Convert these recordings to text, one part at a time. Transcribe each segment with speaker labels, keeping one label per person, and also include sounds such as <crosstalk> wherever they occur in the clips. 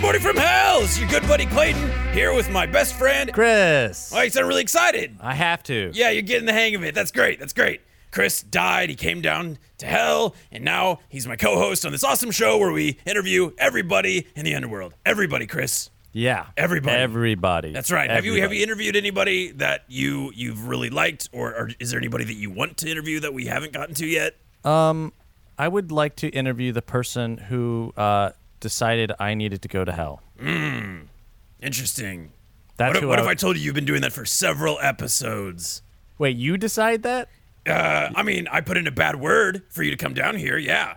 Speaker 1: Morning from Hell. It's your good buddy Clayton here with my best friend.
Speaker 2: Chris.
Speaker 1: Oh, you sound really excited.
Speaker 2: I have to.
Speaker 1: Yeah, you're getting the hang of it. That's great. That's great. Chris died. He came down to hell, and now he's my co-host on this awesome show where we interview everybody in the underworld. Everybody, Chris.
Speaker 2: Yeah.
Speaker 1: Everybody.
Speaker 2: Everybody.
Speaker 1: That's right. Have you have
Speaker 2: Everybody.
Speaker 1: you interviewed anybody that you you've really liked, or, or is there anybody that you want to interview that we haven't gotten to yet?
Speaker 2: I would like to interview the person who uh, decided I needed to go to hell.
Speaker 1: Interesting.
Speaker 2: That's
Speaker 1: What, if-
Speaker 2: who
Speaker 1: what
Speaker 2: I,
Speaker 1: if I told you you've been doing that for several episodes?
Speaker 2: Wait, you decide that?
Speaker 1: Uh, I mean, I put in a bad word for you to come down here. Yeah.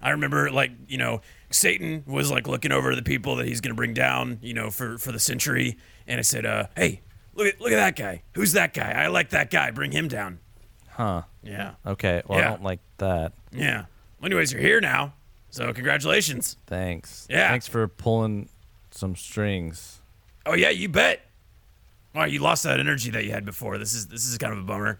Speaker 1: I remember, like, you know, Satan was like looking over the people that he's going to bring down, you know, for, for the century. And I said, uh, hey, look at, look at that guy. Who's that guy? I like that guy. Bring him down.
Speaker 2: Huh.
Speaker 1: Yeah.
Speaker 2: Okay. Well,
Speaker 1: Yeah.
Speaker 2: I don't like that.
Speaker 1: Yeah. Well, anyways, you're here now. So, congratulations.
Speaker 2: Thanks.
Speaker 1: Yeah.
Speaker 2: Thanks for pulling some strings.
Speaker 1: Oh, yeah, you bet. Wow, you lost that energy that you had before. This is this is kind of a bummer.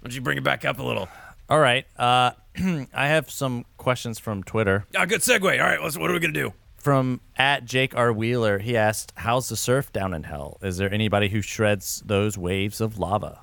Speaker 1: Why don't you bring it back up a little?
Speaker 2: All right. Uh, <clears throat> I have some questions from Twitter.
Speaker 1: Ah, good segue. All right, let's, what are we going to do?
Speaker 2: From at Jake R. Wheeler, he asked, How's the surf down in hell? Is there anybody who shreds those waves of lava?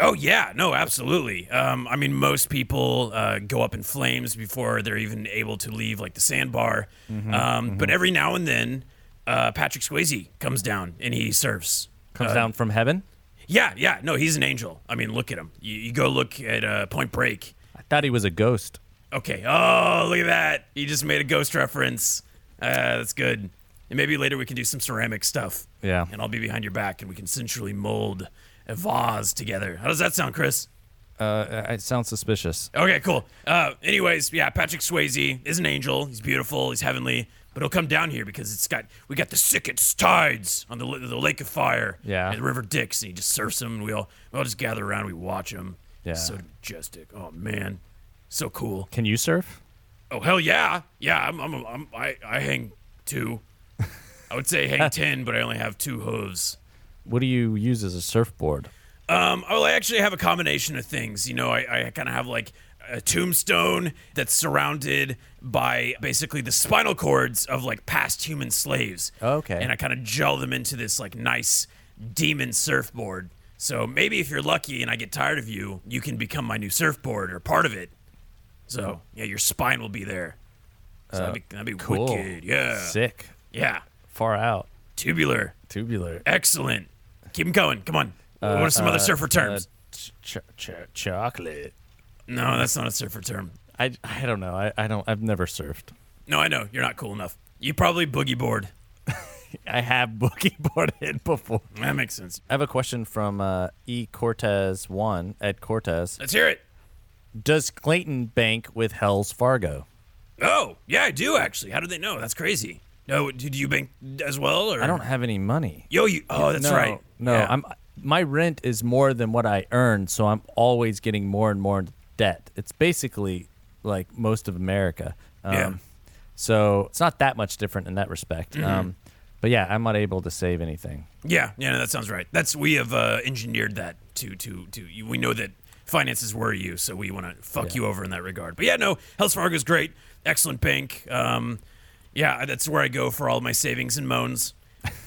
Speaker 1: Oh yeah, no, absolutely. Um, I mean, most people uh, go up in flames before they're even able to leave, like the sandbar. um, But every now and then, uh, Patrick Swayze comes down and he surfs.
Speaker 2: Comes
Speaker 1: Uh,
Speaker 2: down from heaven?
Speaker 1: Yeah, yeah. No, he's an angel. I mean, look at him. You, you go look at uh, Point Break.
Speaker 2: I thought he was a ghost.
Speaker 1: Okay. Oh, look at that. He just made a ghost reference. Uh, that's good. And maybe later we can do some ceramic stuff.
Speaker 2: Yeah.
Speaker 1: And I'll be behind your back and we can sensually mold a vase together. How does that sound, Chris?
Speaker 2: Uh, it sounds suspicious.
Speaker 1: Okay, cool. Uh, anyways, yeah, Patrick Swayze is an angel. He's beautiful. He's heavenly, but he'll come down here because it's got we got the sickest tides on the li- the Lake of Fire.
Speaker 2: Yeah.
Speaker 1: and the River Dix, and he just surfs him. And we all we all just gather around. We watch him.
Speaker 2: Yeah.
Speaker 1: so majestic. Oh man, so cool.
Speaker 2: Can you surf?
Speaker 1: Oh hell yeah, yeah. I'm I'm, I'm I I hang
Speaker 2: <laughs>
Speaker 1: two. I would say hang ten, but I only have two hooves.
Speaker 2: What do you use as a surfboard?
Speaker 1: Um, oh, I actually have a combination of things. You know, I, I kind of have like a tombstone that's surrounded by basically the spinal cords of like past human slaves.
Speaker 2: Oh, Okay.
Speaker 1: And I kind of gel them into this like nice demon surfboard. So maybe if you're lucky and I get tired of you, you can become my new surfboard or part of it. So yeah, your spine will be there. So that'd be, that'd be
Speaker 2: Uh, Cool.
Speaker 1: wicked. Yeah.
Speaker 2: Sick.
Speaker 1: Yeah.
Speaker 2: Far out.
Speaker 1: Tubular.
Speaker 2: Tubular.
Speaker 1: Excellent. Keep 'em going. Come on. what are some
Speaker 2: Uh,
Speaker 1: other surfer terms?
Speaker 2: ch- ch- ch- chocolate.
Speaker 1: No, that's not a surfer term.
Speaker 2: I, I don't know. I, I don't. I've never surfed.
Speaker 1: No, I know. You're not cool enough. You probably boogie board.
Speaker 2: I have <laughs> boogie boarded before.
Speaker 1: That makes sense.
Speaker 2: I have a question from uh, E Cortez One Ed Cortez.
Speaker 1: Let's hear it.
Speaker 2: Does Clayton bank with Hell's Fargo?
Speaker 1: Oh, yeah, I do actually. How did they know? That's crazy. No, did you bank as well? Or?
Speaker 2: I don't have any money.
Speaker 1: Yo, you. Oh, that's
Speaker 2: no,
Speaker 1: right.
Speaker 2: No,
Speaker 1: Yeah.
Speaker 2: I'm. My rent is more than what I earn, so I'm always getting more and more in debt. It's basically like most of America. Um,
Speaker 1: Yeah.
Speaker 2: So it's not that much different in that respect. Um, but yeah, I'm not able to save anything.
Speaker 1: Yeah, yeah, no, that sounds right. That's we have uh, engineered that to to to. You, we know that finances worry you, so we want to fuck you over in that regard. But yeah, no, Hells Fargo's great, excellent bank. Um, yeah, that's where I go for all my savings and moans.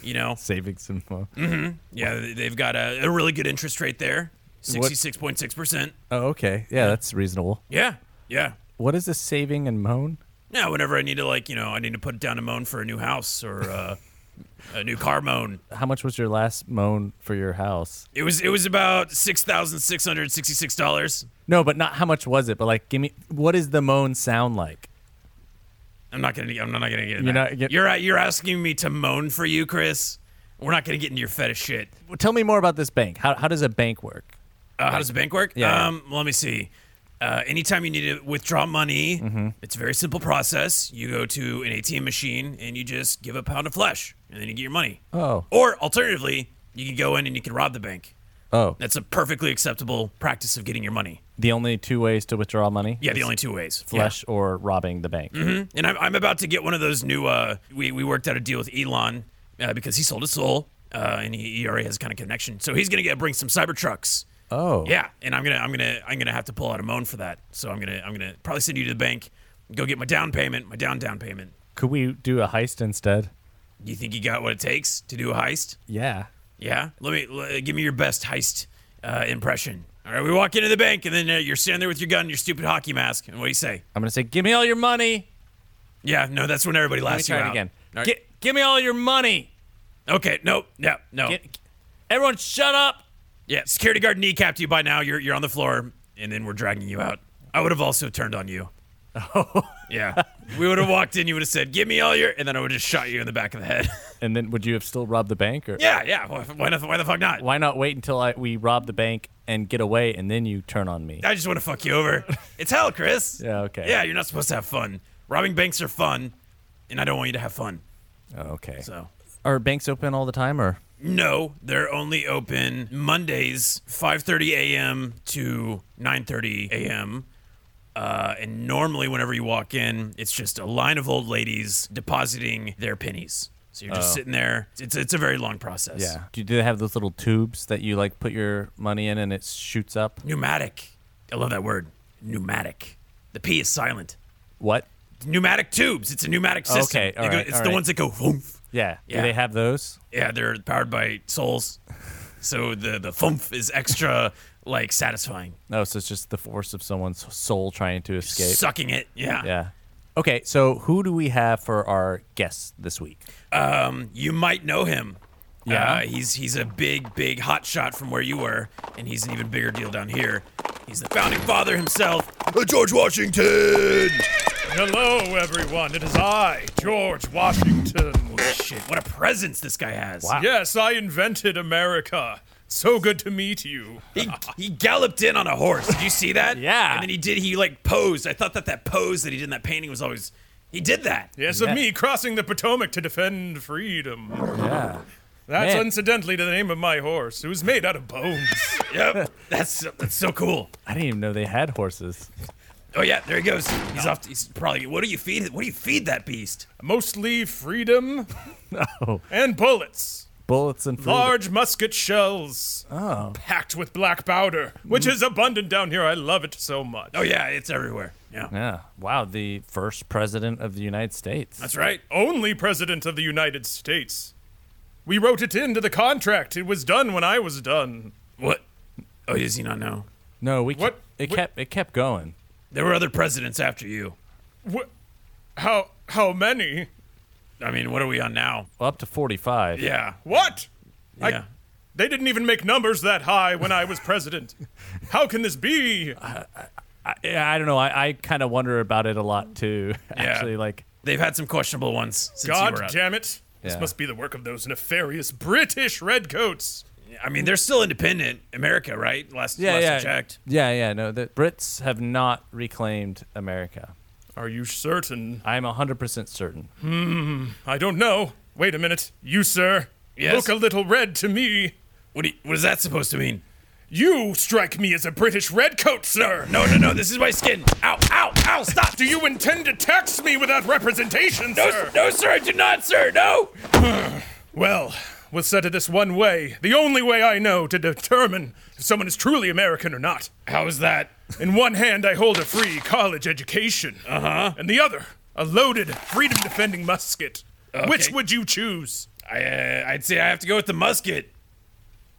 Speaker 1: You know,
Speaker 2: <laughs> Saving some more.
Speaker 1: yeah, they- they've got a, a really good interest rate there, sixty-six point six percent.
Speaker 2: Oh, okay. Yeah, that's reasonable.
Speaker 1: Yeah, yeah.
Speaker 2: What is a saving and moan?
Speaker 1: Now, whenever I need to, like, you know, I need to put down a moan for a new house or uh, a new car moan.
Speaker 2: How much was your last moan for your house?
Speaker 1: It was it was about six thousand six hundred sixty-six dollars.
Speaker 2: No, but not how much was it. But like, give me what does the moan sound like?
Speaker 1: I'm not gonna. I'm not gonna get.
Speaker 2: You're
Speaker 1: You're
Speaker 2: not get-
Speaker 1: You're you're asking me to moan for you, Chris. We're not gonna get into your fetish shit.
Speaker 2: Well, Tell me more about this bank. How how does a bank work?
Speaker 1: Uh, how does the bank work?
Speaker 2: Yeah.
Speaker 1: Um, let me see. Uh, anytime you need to withdraw money,
Speaker 2: Mm-hmm.
Speaker 1: it's a very simple process. You go to an ATM machine and you just give a pound of flesh, and then you get your money.
Speaker 2: Oh.
Speaker 1: Or alternatively, you can go in and you can rob the bank.
Speaker 2: Oh,
Speaker 1: That's a perfectly acceptable practice of getting your money.
Speaker 2: the only two ways to withdraw money?
Speaker 1: Yeah, Mm-hmm. the
Speaker 2: Is
Speaker 1: only two ways. Yeah.
Speaker 2: flesh or robbing the bank.
Speaker 1: And I'm, I'm about to get one of those new. Uh, we we worked out a deal with Elon uh, because he sold his soul, uh, and he, he already has kind of connection. So he's gonna get bring some Cybertrucks.
Speaker 2: Oh.
Speaker 1: Yeah, and I'm gonna I'm gonna I'm gonna have to pull out a moan for that. So I'm gonna I'm gonna probably send you to the bank, go get my down payment, my down down payment.
Speaker 2: Could we do a heist instead?
Speaker 1: You think you got what it takes to do a heist?
Speaker 2: Yeah.
Speaker 1: Yeah. Let me l- give me your best heist uh, impression. All right, we walk into the bank, and then uh, you're standing there with your gun, and your stupid hockey mask, and what do you say?
Speaker 2: I'm gonna say, give me all your money.
Speaker 1: Yeah, no, that's when everybody
Speaker 2: Let me
Speaker 1: laughs you
Speaker 2: try it
Speaker 1: out.
Speaker 2: again.
Speaker 1: All right.
Speaker 2: Gi- give me all your money.
Speaker 1: okay, no, no, no.
Speaker 2: Gi- everyone, shut up.
Speaker 1: yeah, security guard kneecapped you by now. You're you're on the floor, and then we're dragging you out. I would have also turned on
Speaker 2: <laughs>
Speaker 1: you. Oh. Yeah. We would have walked in. You would have said, "Give me all your," and then I would have just shot you in the back of the
Speaker 2: <laughs>
Speaker 1: head.
Speaker 2: And then, would you have still robbed the bank? Or
Speaker 1: yeah, yeah. Why, why, the, why the fuck not?
Speaker 2: why not wait until I, we rob the bank and get away, and then you turn on me?
Speaker 1: I just want to fuck you over. It's hell, Chris.
Speaker 2: Yeah, okay.
Speaker 1: Yeah, you're not supposed to have fun. Robbing banks are fun, and I don't want you to have fun.
Speaker 2: Oh, okay.
Speaker 1: So,
Speaker 2: Are banks open all the time, or
Speaker 1: no, they're only open Mondays, 5:30 a.m. to 9:30 a.m. Uh, and normally, whenever you walk in, it's just a line of old ladies depositing their pennies. So you're just sitting there. It's it's a very long process.
Speaker 2: Do, do they have those little tubes that you like put your money in and it shoots up?
Speaker 1: Pneumatic. I love that word. Pneumatic. The P is silent.
Speaker 2: What?
Speaker 1: pneumatic tubes. It's a pneumatic
Speaker 2: Okay,
Speaker 1: system. They
Speaker 2: all
Speaker 1: go-
Speaker 2: right,
Speaker 1: it's
Speaker 2: all
Speaker 1: the
Speaker 2: right.
Speaker 1: ones that go. Whoomph.
Speaker 2: Yeah.
Speaker 1: Yeah.
Speaker 2: Do they have those?
Speaker 1: Yeah, they're powered by souls, so the the thumph is extra like satisfying.
Speaker 2: No, so it's just the force of someone's soul trying to escape.
Speaker 1: Sucking it. Yeah.
Speaker 2: yeah. Okay, so who do we have for our guests this week?
Speaker 1: Um, you might know him.
Speaker 2: Yeah.
Speaker 1: Uh, he's he's a big big hot shot from where you were, and he's an even bigger deal down here. He's the founding father himself, uh, George Washington.
Speaker 3: Hello, everyone. It is I, George Washington.
Speaker 1: Shit, what a presence this guy has.
Speaker 2: Wow.
Speaker 3: Yes, I invented America. So good to meet you.
Speaker 1: He, he galloped in on a horse. Did you see that?
Speaker 2: <laughs> Yeah.
Speaker 1: And then he did. He like posed. I thought that that pose that he did in that painting was always. He did that.
Speaker 3: Yes,
Speaker 2: Yeah.
Speaker 3: of me crossing the Potomac to defend freedom.
Speaker 2: Yeah.
Speaker 3: That's
Speaker 2: Man.
Speaker 3: incidentally the name of my horse, who's made out of bones.
Speaker 1: <laughs> Yep. That's so, that's so cool.
Speaker 2: I didn't even know they had horses.
Speaker 1: Oh yeah, there he goes. He's off. He's probably. What do you feed? it? What do you feed that beast?
Speaker 3: Mostly freedom
Speaker 2: <laughs>
Speaker 3: and bullets.
Speaker 2: Bullets and food.
Speaker 3: Large musket shells
Speaker 2: Oh.
Speaker 3: packed with black powder, which
Speaker 2: Mm.
Speaker 3: is abundant down here. I love it so much.
Speaker 1: Oh yeah, it's everywhere. Yeah.
Speaker 2: Yeah. Wow, the first president of the United States.
Speaker 1: That's right.
Speaker 3: only president of the United States. We wrote it into the contract. It was done when I was done.
Speaker 1: What? Oh, does he not know?
Speaker 2: No, we
Speaker 3: What-
Speaker 2: kept, it
Speaker 3: what-
Speaker 2: kept it kept going.
Speaker 1: There were other presidents after you.
Speaker 3: Wh- how how many?
Speaker 1: I mean, what are we on now?
Speaker 2: Well, up to 45.
Speaker 1: Yeah.
Speaker 3: What?
Speaker 1: Yeah.
Speaker 3: I, they didn't even make numbers that high when I
Speaker 1: <laughs>
Speaker 3: was president. how can this be?
Speaker 2: Yeah, I don't know. I, I kind of wonder about it a lot too. <laughs> Actually, like
Speaker 1: They've had some questionable ones since you
Speaker 3: God
Speaker 1: were up.
Speaker 3: damn it.
Speaker 2: Yeah.
Speaker 3: This must be the work of those nefarious British redcoats.
Speaker 1: I mean, they're still independent, America, right? Last last I checked.
Speaker 2: yeah, yeah. No, the Brits have not reclaimed America.
Speaker 3: Are you certain?
Speaker 2: I am hundred percent certain.
Speaker 3: I don't know. Wait a minute. You, sir,
Speaker 1: Yes?
Speaker 3: look a little red to me.
Speaker 1: What do you, What is that supposed to mean?
Speaker 3: You strike me as a British redcoat, sir.
Speaker 1: No, no, no. This is my skin. Ow, ow, ow! Stop.
Speaker 3: Do you intend to tax me without representation,
Speaker 1: No,
Speaker 3: sir?
Speaker 1: no, sir. I do not, sir. No.
Speaker 3: Well, we'll settle this one way, the only way I know to determine if someone is truly American or not.
Speaker 1: How is that?
Speaker 3: In one hand, I hold a free college education. Uh
Speaker 1: Uh-huh.
Speaker 3: huh. And the other, a loaded, freedom defending musket. Which would you choose?
Speaker 1: I, uh, I'd say I have to go with the musket.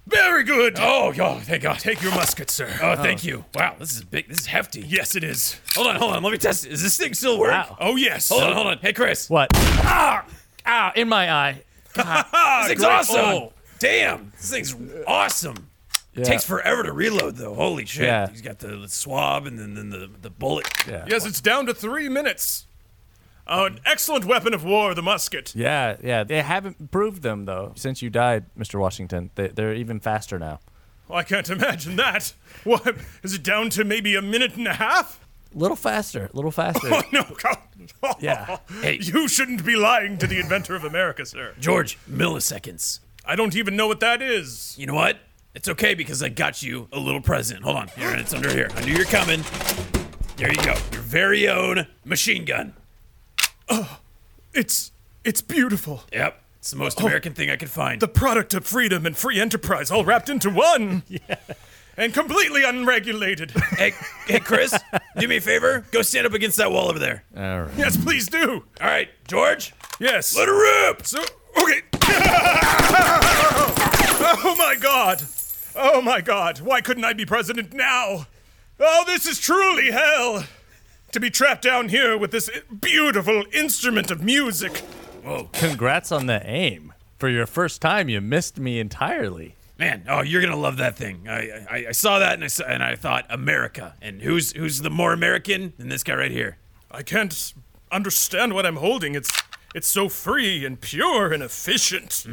Speaker 3: Very good.
Speaker 1: Oh, oh, thank God.
Speaker 3: Take your musket, sir.
Speaker 1: Oh, thank you. Wow, this is big. This is hefty.
Speaker 3: yes, it is.
Speaker 1: Hold on, hold on. Let me test. it. Is this thing still work?
Speaker 2: Wow.
Speaker 3: Oh, yes.
Speaker 1: Hold on, hold on. Hey, Chris.
Speaker 2: What? Ah, ah, in my eye.
Speaker 1: This thing's
Speaker 3: great.
Speaker 1: awesome.
Speaker 3: Oh.
Speaker 1: Damn, this thing's awesome. It takes forever to reload, though. Holy shit.
Speaker 2: Yeah.
Speaker 1: He's got the, the swab and then, then the, the bullet.
Speaker 2: Yeah.
Speaker 3: Yes, it's down to three minutes. Uh, An excellent weapon of war, the musket.
Speaker 2: Yeah, yeah. They haven't proved them though. Since you died, Mr. Washington, they, they're even faster now.
Speaker 3: I can't imagine that. What? Is it down to maybe a minute and a half?
Speaker 2: Little faster, little faster.
Speaker 3: Oh, no, God.
Speaker 2: Yeah.
Speaker 1: Hey.
Speaker 3: You shouldn't be lying to the inventor of America, sir.
Speaker 1: George, milliseconds.
Speaker 3: I don't even know what that is.
Speaker 1: You know what? It's okay because I got you a little present. Hold on. Here, it's under here. I knew you're coming. There you go. Your very own machine gun.
Speaker 3: It's it's beautiful.
Speaker 1: Yep. It's the most American thing I could find.
Speaker 3: Oh. The product of freedom and free enterprise all wrapped
Speaker 1: <laughs>
Speaker 3: into one. yeah. And completely unregulated.
Speaker 1: hey, hey, Chris,
Speaker 3: <laughs>
Speaker 1: do me a favor. Go stand up against that wall over there.
Speaker 2: <laughs> All right.
Speaker 3: yes, please do.
Speaker 1: All right, George,
Speaker 3: Yes.
Speaker 1: let her rip.
Speaker 3: So Okay. <laughs> oh my god. Oh my god. Why couldn't I be president now? Oh, this is truly hell. To be trapped down here with this beautiful instrument of music.
Speaker 2: Congrats on the aim. For your first time, you missed me entirely.
Speaker 1: Man, oh, you're gonna love that thing. I I, I saw that and I saw, and I thought America. And who's who's the more American than this guy right here?
Speaker 3: I can't understand what I'm holding. It's it's so free and pure and efficient.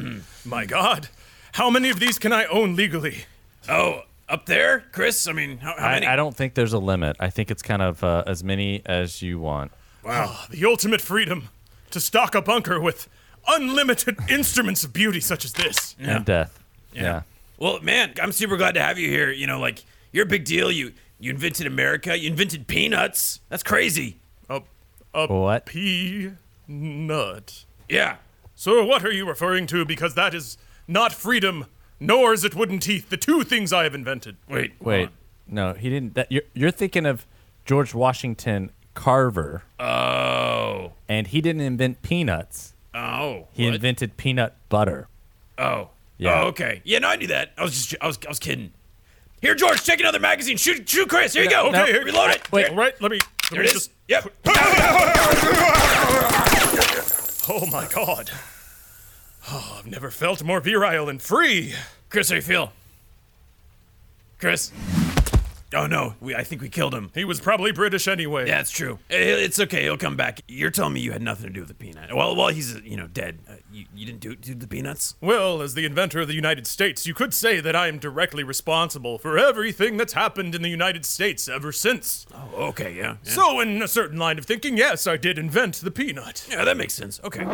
Speaker 3: My god. How many of these can I own legally?
Speaker 1: Oh, up there, Chris. I mean, how, how many?
Speaker 2: I, I don't think there's a limit. I think it's kind of uh, as many as you want.
Speaker 3: Ah, The ultimate freedom to stock a bunker with unlimited <laughs> instruments of beauty such as this.
Speaker 2: And death. Yeah.
Speaker 1: Well, man, I'm super glad to have you here. You know, like you're a big deal. You you invented America. You invented peanuts. That's crazy.
Speaker 3: A, a
Speaker 2: What?
Speaker 3: pea nut.
Speaker 1: Yeah.
Speaker 3: Sir, what are you referring to? Because that is not freedom, nor is it wooden teeth, the two things I have invented.
Speaker 1: Wait. hold
Speaker 2: Wait,
Speaker 1: on.
Speaker 2: no, he didn't. That, you're, you're thinking of George Washington Carver,
Speaker 1: Oh.
Speaker 2: and he didn't invent peanuts.
Speaker 1: Oh.
Speaker 2: He
Speaker 1: what?
Speaker 2: invented peanut butter.
Speaker 1: Oh.
Speaker 2: Yeah.
Speaker 1: Oh, okay. Yeah, no, I knew that. I was just, I was, I was kidding. Here, George, take another magazine. Shoot, shoot, Chris. Here you go.
Speaker 2: No,
Speaker 1: Okay,
Speaker 2: no.
Speaker 1: reload it.
Speaker 2: Wait.
Speaker 3: All right, let me. Let
Speaker 1: There
Speaker 3: me
Speaker 1: it is.
Speaker 3: just,
Speaker 1: Yep.
Speaker 3: Oh my god. Oh, I've never felt more virile and free.
Speaker 1: Chris, how you feel? Chris. Oh no, we. I think we killed him.
Speaker 3: He was probably British anyway.
Speaker 1: Yeah, it's true. I- It's okay. He'll come back. You're telling me you had nothing to do with the peanut. Well, well, he's uh, you know dead. Uh, you, you didn't do do the peanuts.
Speaker 3: Well, as the inventor of the United States, you could say that I am directly responsible for everything that's happened in the United States ever since.
Speaker 1: Oh, okay, yeah. yeah.
Speaker 3: So, in a certain line of thinking, yes, I did invent the peanut.
Speaker 1: yeah, that makes sense. Okay.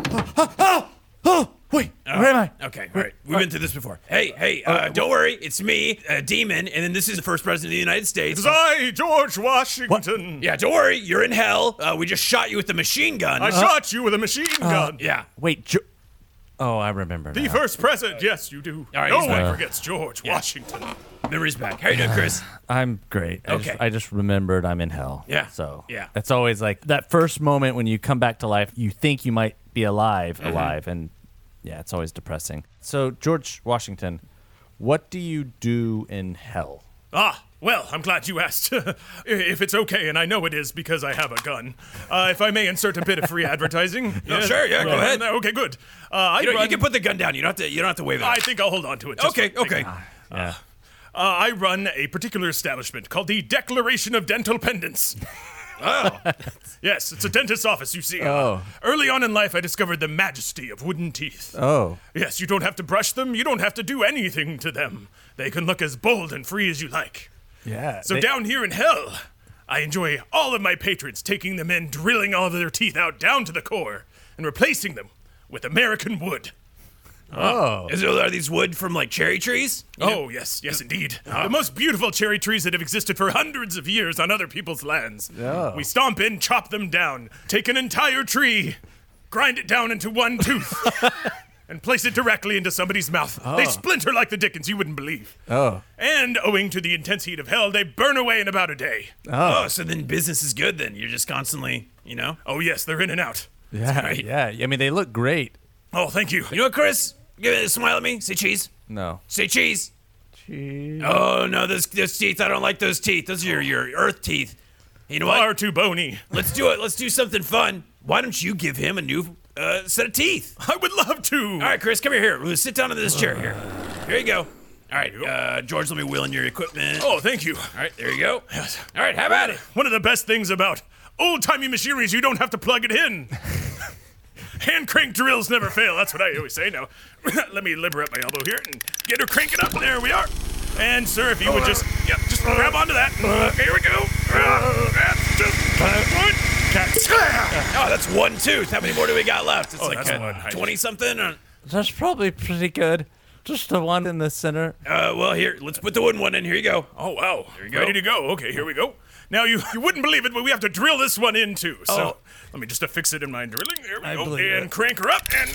Speaker 2: Oh, <gasps> wait, where am I?
Speaker 1: Okay, all right. We've been through this before. Hey, hey, uh, don't worry. It's me, uh, Demon, and then this is the first president of the United States.
Speaker 3: It was I, George Washington.
Speaker 1: Yeah, don't worry. You're in hell. Uh, we just shot you with the machine gun.
Speaker 3: I shot you with a machine gun.
Speaker 1: Uh-huh. Uh, yeah.
Speaker 2: Wait, jo- oh, I remember.
Speaker 3: The
Speaker 2: now.
Speaker 3: first president, yes, you do.
Speaker 1: All right,
Speaker 3: no
Speaker 1: he's
Speaker 3: one
Speaker 1: back.
Speaker 3: forgets George Washington.
Speaker 1: Memories back. How you doing,
Speaker 3: <sighs>
Speaker 1: Chris?
Speaker 2: I'm great. I
Speaker 1: Okay.
Speaker 2: Just, I just remembered I'm in hell.
Speaker 1: Yeah.
Speaker 2: So
Speaker 1: Yeah.
Speaker 2: that's always like that first moment when you come back to life, you think you might be alive,
Speaker 1: Mm-hmm.
Speaker 2: alive, and yeah, it's always depressing. So George Washington, what do you do in hell?
Speaker 3: Ah, well, I'm glad you asked. <laughs> I- if it's okay, and I know it is because I have a gun. Uh, if I may insert a bit of free advertising.
Speaker 1: No, sure, <laughs> yeah, go ahead.
Speaker 3: Okay, good. Uh, I,
Speaker 1: You, know,
Speaker 3: run,
Speaker 1: you can put the gun down. You don't have to. You don't have to wave it.
Speaker 3: I think I'll hold on to it. just
Speaker 1: okay.
Speaker 3: for-
Speaker 1: Okay.
Speaker 2: Yeah.
Speaker 3: Uh, I run a particular establishment called the Declaration of Dental
Speaker 1: <laughs>
Speaker 3: Pendants.
Speaker 1: Oh.
Speaker 3: Yes, it's a dentist's office, you see.
Speaker 2: Oh.
Speaker 3: Early on in life, I discovered the majesty of wooden teeth.
Speaker 2: Oh.
Speaker 3: Yes, you don't have to brush them. You don't have to do anything to them. They can look as bold and free as you like.
Speaker 2: Yeah.
Speaker 3: So down here in hell, I enjoy all of my patrons taking them in, drilling all of their teeth out down to the core, and replacing them with American wood.
Speaker 1: Is it, are these wood from like cherry trees?
Speaker 3: Oh, yes, yes, indeed. The most beautiful cherry trees that have existed for hundreds of years on other people's lands. We stomp in, chop them down, take an entire tree, grind it down into one tooth, and place it directly into somebody's mouth. They splinter like the dickens you wouldn't believe.
Speaker 2: Oh.
Speaker 3: And owing to the intense heat of hell, they burn away in about a day.
Speaker 1: Oh. so then business is good. Then you're just constantly, you know.
Speaker 3: Oh, yes, they're in and out.
Speaker 2: Yeah.
Speaker 1: great.
Speaker 2: Yeah. I mean, they look great.
Speaker 3: Oh, thank you.
Speaker 1: You know what, Chris? Give it a smile at me. Say cheese.
Speaker 2: No.
Speaker 1: Say cheese. Cheese. Oh no, those those teeth. I don't like those teeth. Those are your your earth teeth. You know what?
Speaker 3: Far too bony.
Speaker 1: Let's do it. Let's do something fun. Why don't you give him a new uh, set of teeth?
Speaker 3: I would love to.
Speaker 1: All right, Chris, come here. Here, We'll sit down in this chair. Here, here you go. All right, uh, George, let me wheel in your equipment.
Speaker 3: Oh, thank you.
Speaker 1: All right, there you go. All right, how about it?
Speaker 3: One of the best things about old timey machinery is you don't have to plug
Speaker 1: <laughs>
Speaker 3: it in. Hand crank drills never fail. That's what I always say now. <coughs> Let me liberate my elbow here and get her cranking up. There we are. And sir, if you would just yep, just grab onto that. Here we go. <coughs> That's just good. Cat-
Speaker 1: Oh, that's one tooth. How many more do we got left? It's like
Speaker 3: Oh, that's one.
Speaker 1: uh, twenty something. Uh,
Speaker 2: That's probably pretty good. Just the one in the center.
Speaker 1: uh, well, here, let's put the wooden one in. Here you go.
Speaker 3: Oh wow. There
Speaker 1: you go.
Speaker 3: Ready to go. Okay, here we go. Now you, you wouldn't believe it, but we have to drill this one in too. So
Speaker 1: Oh.
Speaker 3: let me just affix it in my drilling. There we
Speaker 2: I
Speaker 3: go.
Speaker 2: believe
Speaker 3: And
Speaker 2: it.
Speaker 3: crank her up and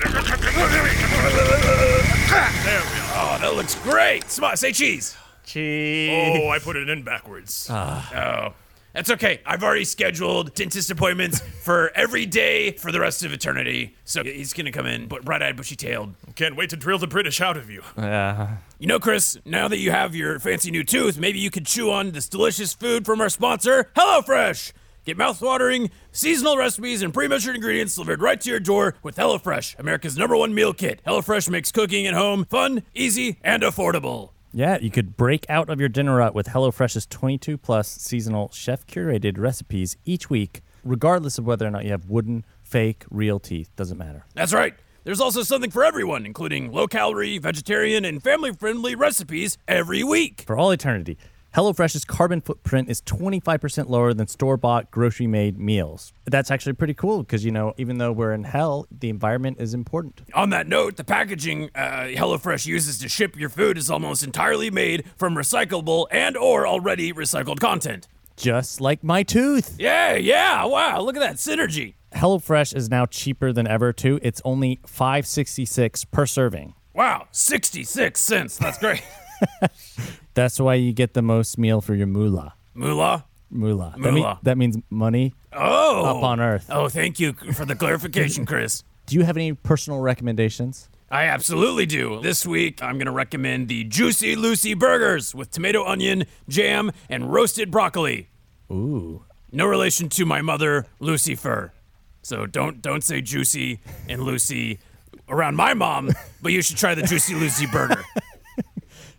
Speaker 3: there we are.
Speaker 1: Oh, that looks great. Smart. Say cheese.
Speaker 2: Cheese. Ah.
Speaker 3: Oh, I put it in backwards.
Speaker 1: Oh, That's okay. I've already scheduled dentist appointments for every day for the rest of eternity. So he's gonna come in, but bright-eyed, bushy-tailed.
Speaker 3: Can't wait to drill the British out of you.
Speaker 2: Yeah.
Speaker 1: You know, Chris, now that you have your fancy new tooth, maybe you could chew on this delicious food from our sponsor, HelloFresh. Get mouth-watering seasonal recipes and pre-measured ingredients delivered right to your door with HelloFresh, America's number one meal kit. HelloFresh makes cooking at home fun, easy, and affordable.
Speaker 2: Yeah, you could break out of your dinner rut with HelloFresh's 22 plus seasonal chef curated recipes each week, regardless of whether or not you have wooden, fake, real teeth. Doesn't matter.
Speaker 1: That's right. There's also something for everyone, including low-calorie, vegetarian, and family-friendly recipes every week.
Speaker 2: For all eternity, HelloFresh's carbon footprint is 25% lower than store bought, grocery made meals. That's actually pretty cool because, you know, even though we're in hell, the environment is important.
Speaker 1: On that note, the packaging uh, HelloFresh uses to ship your food is almost entirely made from recyclable and/or already recycled content.
Speaker 2: Just like my tooth.
Speaker 1: Yeah, yeah, wow! Look at that synergy.
Speaker 2: HelloFresh is now cheaper than ever too. It's only five sixty six per serving.
Speaker 1: Wow, sixty-six cents. That's great. <laughs>
Speaker 2: That's why you get the most meal for your moolah.
Speaker 1: Moolah.
Speaker 2: Moolah. That, mean-
Speaker 1: Moolah.
Speaker 2: that means money
Speaker 1: Oh.
Speaker 2: up on earth.
Speaker 1: Oh, thank you for the clarification, Chris.
Speaker 2: Do you have any personal recommendations?
Speaker 1: I absolutely do. This week, I'm going to recommend the Juicy Lucy burgers with tomato, onion, jam, and roasted broccoli.
Speaker 2: Ooh.
Speaker 1: No relation to my mother, Lucy Fur. So don't don't say Juicy and Lucy around my mom, but you should try the Juicy Lucy burger.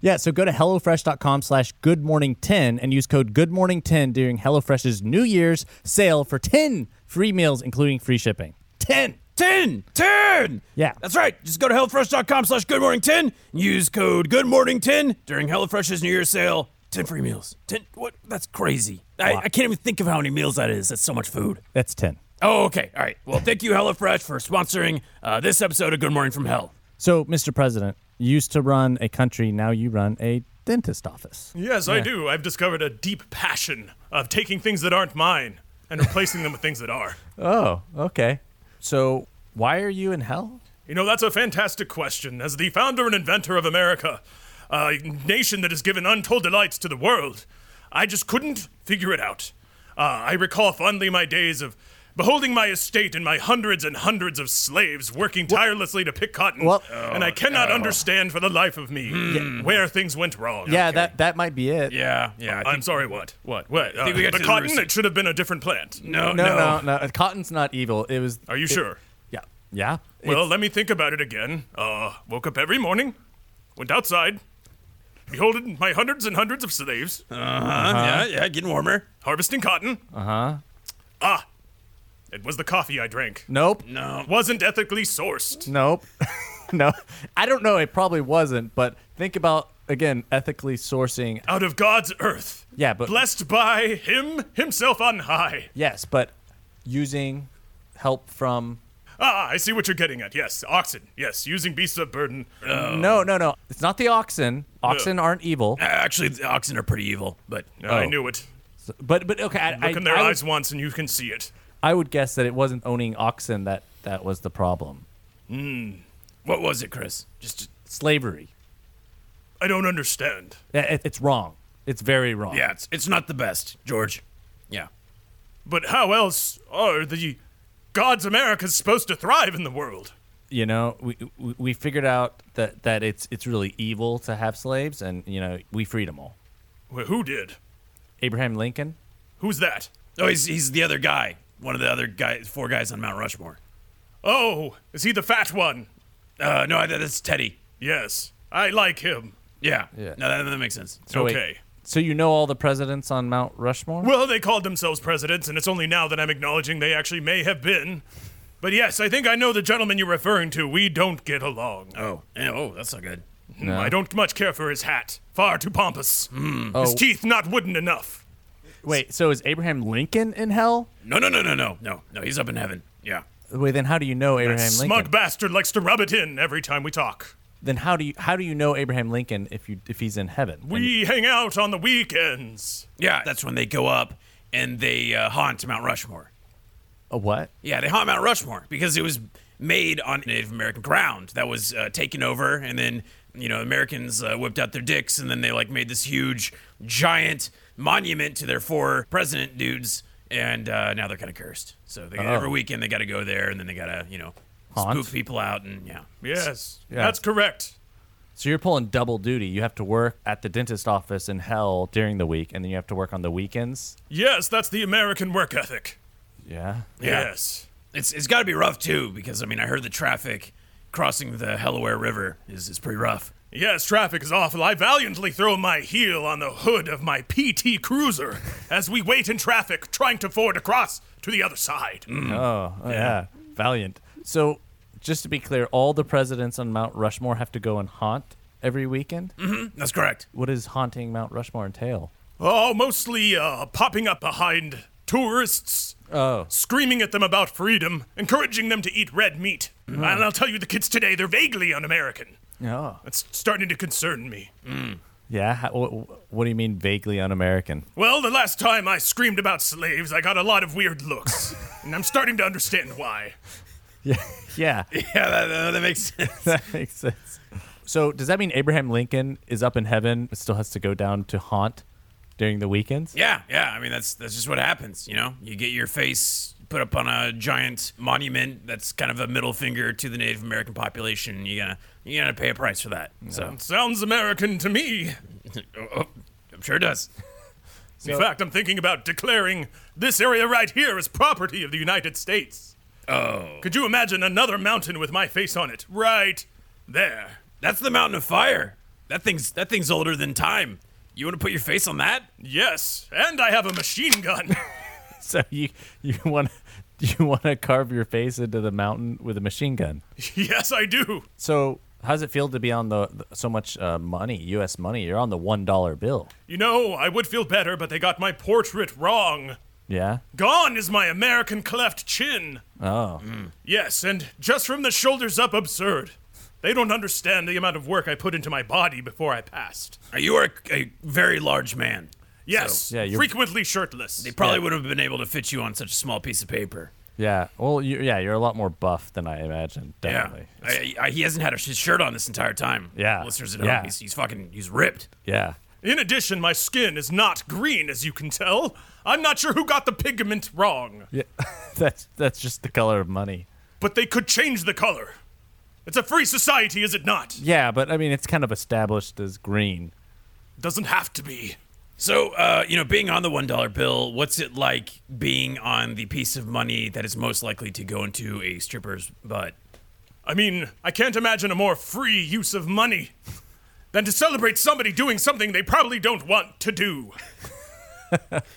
Speaker 2: Yeah, so go to HelloFresh.com slash good morning 10 and use code good morning 10 during HelloFresh's New Year's sale for 10 free meals, including free shipping.
Speaker 1: 10, 10, 10.
Speaker 2: Yeah.
Speaker 1: That's right. Just go to HelloFresh.com slash Good Morning 10 and use code Good Morning 10 during HelloFresh's New Year's sale. 10 free meals. 10, what? That's crazy. I, I can't even think of how many meals that is. That's so much food.
Speaker 2: That's 10.
Speaker 1: Oh, okay. All right. Well, thank you, HelloFresh, for sponsoring uh, this episode of Good Morning from Hell.
Speaker 2: So, Mr. President, you used to run a country, now you run a dentist office.
Speaker 3: Yes, I do. I've discovered a deep passion of taking things that aren't mine and replacing them with things that are.
Speaker 2: Oh, okay. So, why are you in hell?
Speaker 3: You know, that's a fantastic question. As the founder and inventor of America, a nation that has given untold delights to the world, I just couldn't figure it out. Uh, I recall fondly my days of beholding my estate and my hundreds and hundreds of slaves working tirelessly to pick cotton,
Speaker 2: Well-
Speaker 3: and I
Speaker 1: Oh.
Speaker 3: cannot understand for the life of me where things went wrong.
Speaker 2: Yeah, that that might be it.
Speaker 1: Yeah, Hmm. yeah.
Speaker 3: I'm sorry. What? What? What? Uh,
Speaker 1: think we got
Speaker 3: the
Speaker 1: to the
Speaker 3: cotton.
Speaker 1: receipt.
Speaker 3: it should have been a different plant.
Speaker 1: no,
Speaker 2: No, no, oh, no, Cotton's not evil. It was.
Speaker 3: Are you
Speaker 2: it-
Speaker 3: sure?
Speaker 2: Yeah, yeah.
Speaker 3: Well, let me think about it again. Uh, woke up every morning, went outside, beholded my hundreds and hundreds of slaves
Speaker 1: Uh-huh. Yeah, yeah, getting warmer.
Speaker 3: harvesting cotton. Uh huh.
Speaker 2: Uh-huh.
Speaker 3: Ah, it was the coffee I drank.
Speaker 2: nope,
Speaker 1: No.
Speaker 3: Wasn't ethically sourced.
Speaker 2: nope, <laughs> no. I don't know. It probably wasn't. But think about again ethically sourcing.
Speaker 3: Out of God's earth.
Speaker 2: Yeah, but-
Speaker 3: blessed by Him Himself on high.
Speaker 2: Yes, but using help from.
Speaker 3: Ah, I see what you're getting at. Yes, oxen. Yes, using beasts of burden. Oh.
Speaker 2: No, no, no. It's not the oxen. Oxen aren't evil.
Speaker 3: Ah.
Speaker 1: Actually, the oxen are pretty evil, but uh,
Speaker 3: I
Speaker 2: oh.
Speaker 3: knew it.
Speaker 2: But but okay. I, I,
Speaker 3: Look in their
Speaker 2: Oh. I would-
Speaker 3: eyes once, and you can see it.
Speaker 2: I would guess that it wasn't owning oxen that that was the problem.
Speaker 1: what was it, Chris? Just
Speaker 2: Slavery.
Speaker 3: I don't understand.
Speaker 2: Yeah, it- it's wrong. It's very wrong.
Speaker 1: yeah, it's it's not the best, George. Yeah.
Speaker 3: But how else are the gods America's supposed to thrive in the world?
Speaker 2: you know we, we we figured out that that it's it's really evil to have slaves and you know we freed them all
Speaker 3: Well, who did?
Speaker 2: abraham lincoln
Speaker 3: Who's that?
Speaker 1: Oh, he's he's the other guy. One of the other guys, four guys on Mount Rushmore.
Speaker 3: Oh, is he the fat one?
Speaker 1: Uh, no, I, that's Teddy.
Speaker 3: Yes, I like him.
Speaker 1: Yeah.
Speaker 2: Yeah.
Speaker 1: No, that, that makes sense.
Speaker 2: so wait,
Speaker 3: Okay.
Speaker 2: so you know all the presidents on mount rushmore
Speaker 3: Well, they called themselves presidents, and it's only now that I'm acknowledging they actually may have been. But yes, I think I know the gentleman you're referring to. We don't get along.
Speaker 2: Uh,
Speaker 3: Um,
Speaker 1: Oh, yeah, oh, that's not good.
Speaker 3: I don't much care for his hat. Far too pompous.
Speaker 2: oh,
Speaker 3: His teeth not wooden enough.
Speaker 2: wait so is abraham lincoln in hell
Speaker 1: No, no, no, no, no, no, no. He's up in heaven. Yeah.
Speaker 2: wait then how do you know abraham lincoln
Speaker 3: Smug bastard likes to rub it in every time we talk.
Speaker 2: then how do you how do you know abraham lincoln if you if he's in heaven And-
Speaker 3: We hang out on the weekends.
Speaker 1: Yeah. That's when they go up and they uh, haunt Mount Rushmore.
Speaker 2: a uh, what
Speaker 1: Yeah, they haunt Mount Rushmore because it was made on Native American ground that was uh, taken over, and then you know Americans uh, whipped out their dicks, and then they like made this huge, giant monument to their four president dudes, and uh, now they're kind of cursed. So they, every weekend they got to go there, and then they got to you know
Speaker 2: Haunt?
Speaker 1: spook people out, and yeah.
Speaker 3: Yes,
Speaker 2: Yeah.
Speaker 3: that's correct.
Speaker 2: So you're pulling double duty. You have to work at the dentist office in hell during the week, and then you have to work on the weekends.
Speaker 3: Yes, that's the American work ethic.
Speaker 2: Yeah.
Speaker 1: Yeah.
Speaker 3: Yes.
Speaker 1: It's it's got to be rough too, because I mean I heard the traffic crossing the Delaware River is is pretty rough.
Speaker 3: Yes, traffic is awful. I valiantly throw my heel on the hood of my PT Cruiser as we wait in traffic, trying to ford across to the other side.
Speaker 2: Oh, oh, yeah. Valiant. So just to be clear, all the presidents on Mount Rushmore have to go and haunt every weekend.
Speaker 3: Mm-hmm.
Speaker 1: That's correct. <laughs>
Speaker 2: What does haunting Mount Rushmore entail?
Speaker 3: Oh, mostly uh, popping up behind tourists,
Speaker 2: Oh.
Speaker 3: screaming at them about freedom, encouraging them to eat red meat.
Speaker 2: Mm.
Speaker 3: And I'll tell you, the kids today, they're vaguely un American.
Speaker 2: Oh.
Speaker 3: That's starting to concern me.
Speaker 2: Yeah. How, wh- what do you mean vaguely un-American? <laughs>
Speaker 3: Well, the last time I screamed about slaves, I got a lot of weird looks. and I'm starting to understand why.
Speaker 2: Yeah. yeah. <laughs>
Speaker 1: Yeah, that, that, that makes sense.
Speaker 2: that makes sense. So does that mean Abraham Lincoln is up in heaven but still has to go down to haunt during the weekends? <laughs>
Speaker 1: yeah, yeah. I mean that's that's just what happens. You know, you get your face put up on a giant monument that's kind of a middle finger to the Native American population. You gotta you gotta pay a price for that. So
Speaker 3: Sounds American to me.
Speaker 1: Oh, oh, I'm sure it does.
Speaker 3: In fact, I'm thinking about declaring this area right here is property of the United States. Oh. Could you imagine another mountain with my face on it? Right there.
Speaker 1: That's the Mountain of Fire. That thing's that thing's older than time. You want to put your face on that?
Speaker 3: Yes, and I have a machine gun. <laughs>
Speaker 2: So you you want <laughs> you want to carve your face into the mountain with a machine gun.
Speaker 3: yes, I do.
Speaker 2: So how does it feel to be on the, the- so much uh, money, U.S. money? You're on the one dollar bill.
Speaker 3: You know, I would feel better, but they got my portrait wrong.
Speaker 2: Yeah.
Speaker 3: Gone is my American cleft chin. Mm.
Speaker 2: Oh.
Speaker 3: Yes, and just from the shoulders up, absurd. They don't understand the amount of work I put into my body before I passed.
Speaker 1: You are a, a very large man.
Speaker 3: Yes,
Speaker 2: Yeah, you're-
Speaker 3: frequently shirtless.
Speaker 1: They probably would have been able to fit you on such a small piece of paper.
Speaker 2: Yeah. Well, you, yeah, you're a lot more buff than I imagined.
Speaker 1: Yeah,
Speaker 2: Definitely.
Speaker 1: I, I, he hasn't had a sh- shirt on this entire time.
Speaker 2: Yeah.
Speaker 1: listeners at
Speaker 2: Yeah.
Speaker 1: home, he's, he's fucking he's ripped.
Speaker 2: Yeah. <laughs>
Speaker 3: In addition, my skin is not green, as you can tell. I'm not sure who got the pigment wrong,
Speaker 2: Yeah. <laughs> that's that's just the color of money.
Speaker 3: but they could change the color. It's a free society, is it not?
Speaker 2: Yeah, but I mean, it's kind of established as green.
Speaker 3: Doesn't have to be.
Speaker 1: So, uh, you know, being on the one dollar bill, what's it like being on the piece of money that is most likely to go into a stripper's butt?
Speaker 3: I mean, I can't imagine a more free use of money than to celebrate somebody doing something they probably don't want to do.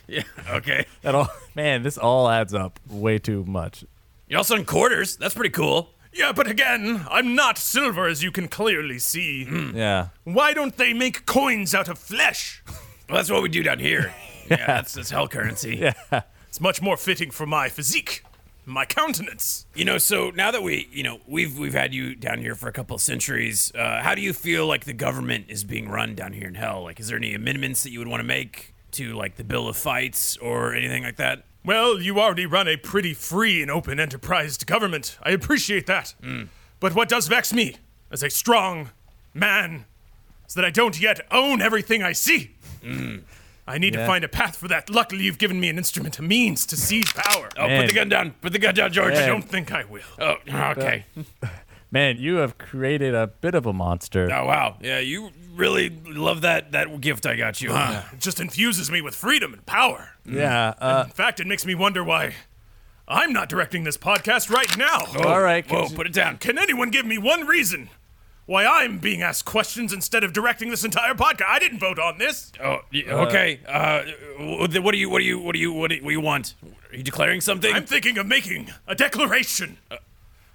Speaker 1: Yeah. <laughs> Okay.
Speaker 2: That all, <laughs> man, this all adds up way too much.
Speaker 1: You're also in quarters. That's pretty cool.
Speaker 3: Yeah, but again, I'm not silver, as you can clearly see.
Speaker 2: Yeah.
Speaker 3: Why don't they make coins out of flesh?
Speaker 1: Well, that's what we do down <laughs> here. yeah. That's that's hell currency. Yeah.
Speaker 3: It's much more fitting for my physique, my countenance.
Speaker 1: You know, so now that we, you know, we've we've had you down here for a couple of centuries, uh, how do you feel like the government is being run down here in hell? Like, is there any amendments that you would want to make to like the Bill of Fights or anything like that?
Speaker 3: Well, you already run a pretty free and open enterprised government. I appreciate that. But what does vex me, as a strong man, is that I don't yet own everything I see. I need to
Speaker 2: Yeah.
Speaker 3: find a path for that. Luckily, you've given me an instrument, a means to seize power.
Speaker 1: Oh,
Speaker 2: Man.
Speaker 1: put the gun down! Put the gun down, George.
Speaker 3: I
Speaker 2: Man.
Speaker 3: don't think I will.
Speaker 1: Oh, okay.
Speaker 2: Man, you have created a bit of a monster.
Speaker 1: Oh, wow. Yeah, you really love that that gift I got you, huh?
Speaker 3: It just infuses me with freedom and power.
Speaker 2: Yeah. Uh,
Speaker 3: In fact, it makes me wonder why I'm not directing this podcast right now.
Speaker 2: all right.
Speaker 1: Whoa,
Speaker 2: could you-
Speaker 1: put it down.
Speaker 3: Can anyone give me one reason why I'm being asked questions instead of directing this entire podcast? I didn't vote on this.
Speaker 1: Oh, y- okay. Uh, wh- what do you, what do you, what do you, what do you, what do you want? Are you declaring something?
Speaker 3: I'm thinking of making a declaration.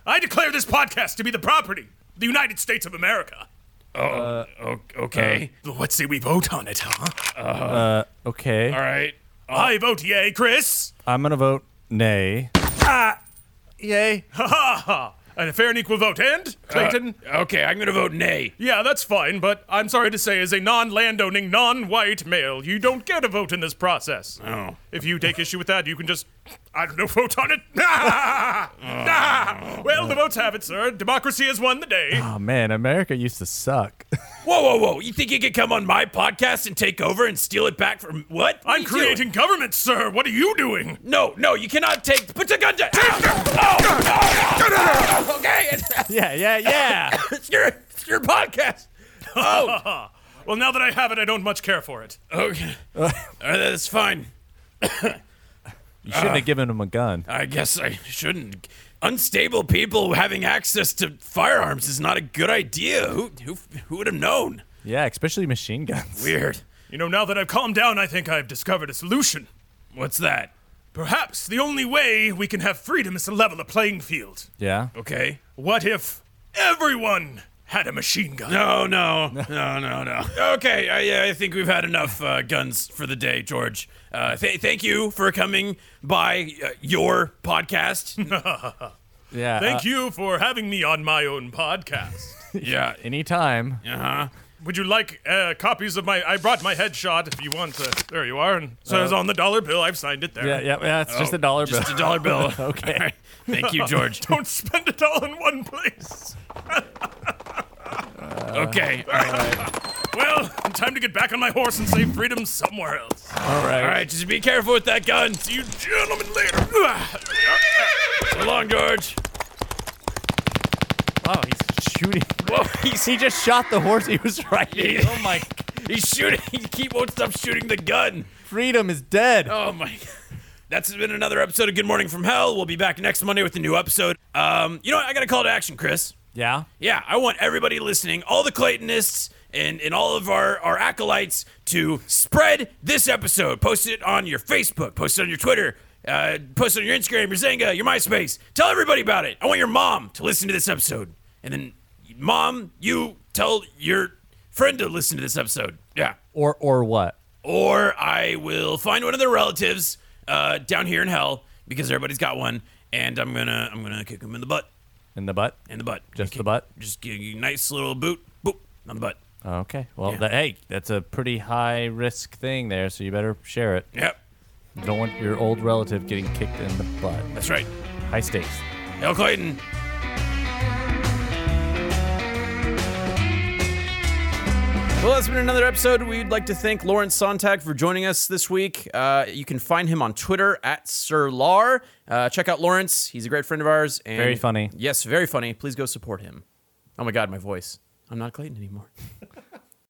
Speaker 3: I declare this podcast to be the property of the United States of America.
Speaker 1: O- okay.
Speaker 3: Let's see, we vote on it, huh?
Speaker 2: Uh, okay.
Speaker 1: All right.
Speaker 3: I vote yay, Chris.
Speaker 2: I'm gonna vote nay.
Speaker 3: Yay. Ha ha ha. And a fair and equal vote. And,
Speaker 2: Uh,
Speaker 3: Clayton?
Speaker 1: Okay, I'm gonna vote nay.
Speaker 3: yeah, that's fine, but I'm sorry to say, as a non landowning, non white male, you don't get a vote in this process.
Speaker 1: Oh.
Speaker 3: If you take issue with that, you can just, I don't know, vote on it. <laughs> Ah! Ah! Well, the votes have it, sir. Democracy has won the day.
Speaker 2: Oh man, America used to suck. <laughs>
Speaker 1: Whoa, whoa, whoa! You think you could come on my podcast and take over and steal it back from what? What are
Speaker 3: I'm
Speaker 1: you doing?
Speaker 3: creating government, sir. What are you doing?
Speaker 1: No, no, you cannot take. Put the gun down. Oh, no, no, no. Okay, <laughs>
Speaker 2: Yeah, yeah, yeah.
Speaker 1: it's your it's your podcast. Oh,
Speaker 3: Well, now that I have it, I don't much care for it.
Speaker 1: <laughs> okay. All right, that's fine.
Speaker 2: you shouldn't have given him a gun.
Speaker 1: I guess I shouldn't. Unstable people having access to firearms is not a good idea. Who who who would have known?
Speaker 2: Yeah, especially
Speaker 1: <laughs>
Speaker 2: machine guns.
Speaker 1: Weird.
Speaker 3: You know, now that I've calmed down, I think I've discovered a solution.
Speaker 1: What's that?
Speaker 3: Perhaps the only way we can have freedom is to level the playing field.
Speaker 2: Yeah.
Speaker 1: Okay.
Speaker 3: What if everyone had a machine gun?
Speaker 1: No,
Speaker 2: <laughs>
Speaker 1: no, no, no, no. Okay, I, yeah, I think we've had enough uh, guns for the day, George. Uh, th- thank you for coming by uh, your
Speaker 2: <laughs>
Speaker 1: podcast.
Speaker 2: Yeah. uh,
Speaker 3: Thank you for having me on my own podcast.
Speaker 1: yeah.
Speaker 2: Anytime.
Speaker 1: Uh huh.
Speaker 3: Would you like uh, copies of my? I brought my headshot if you want. Uh, there you are. And so it's on the dollar bill. I've signed it there.
Speaker 2: Uh, Yeah, yeah, yeah. It's just a dollar bill.
Speaker 1: Oh, Just
Speaker 2: <laughs>
Speaker 1: a dollar bill.
Speaker 2: Okay. Uh,
Speaker 1: All right. Thank you,
Speaker 2: <laughs>
Speaker 1: George.
Speaker 3: <laughs> Don't spend it all in one place.
Speaker 1: Okay. All right.
Speaker 3: Well, time to get back on my horse and save freedom somewhere else.
Speaker 2: All right.
Speaker 1: All right. Just be careful with that gun.
Speaker 3: See you gentlemen later. There
Speaker 1: So long, George.
Speaker 2: Oh, he's shooting. <laughs>
Speaker 1: Whoa. <laughs> He's,
Speaker 2: He just shot the horse he was
Speaker 1: <laughs>
Speaker 2: riding.
Speaker 1: Oh my. He's shooting. He keep won't stop shooting the gun.
Speaker 2: Freedom is dead.
Speaker 1: Oh my. That's been another episode of Good Morning from Hell. We'll be back next Monday with a new episode. Um, you know what? I got a call to action, Chris.
Speaker 2: Yeah.
Speaker 1: Yeah, I want everybody listening, all the Claytonists and, and all of our, our acolytes, to spread this episode. Post it on your Facebook, post it on your Twitter, uh, post it on your Instagram, your Zanga, your MySpace. Tell everybody about it. I want your mom to listen to this episode. And then, mom, you tell your friend to listen to this episode. Yeah.
Speaker 2: Or or what?
Speaker 1: Or I will find one of their relatives uh, down here in hell because everybody's got one, and I'm gonna I'm gonna kick them in the butt
Speaker 2: In the butt.
Speaker 1: in the butt.
Speaker 2: Just
Speaker 1: Okay.
Speaker 2: the butt?
Speaker 1: Just give you a nice little boot, boop on the butt.
Speaker 2: Okay. Well, that, hey, that's a pretty high risk thing there, so you better share it.
Speaker 1: Yep,
Speaker 2: You don't want your old relative getting kicked in the butt.
Speaker 1: that's right.
Speaker 2: High stakes.
Speaker 1: Hell, Clayton. Well, that's been another episode. We'd like to thank Lawrence Sontag for joining us this week. Uh, you can find him on Twitter at Sir Lar. Uh, check out Lawrence; he's a great friend of ours. And
Speaker 2: Very funny.
Speaker 1: Yes, very funny. Please go support him. Oh my God, my voice! I'm not Clayton anymore.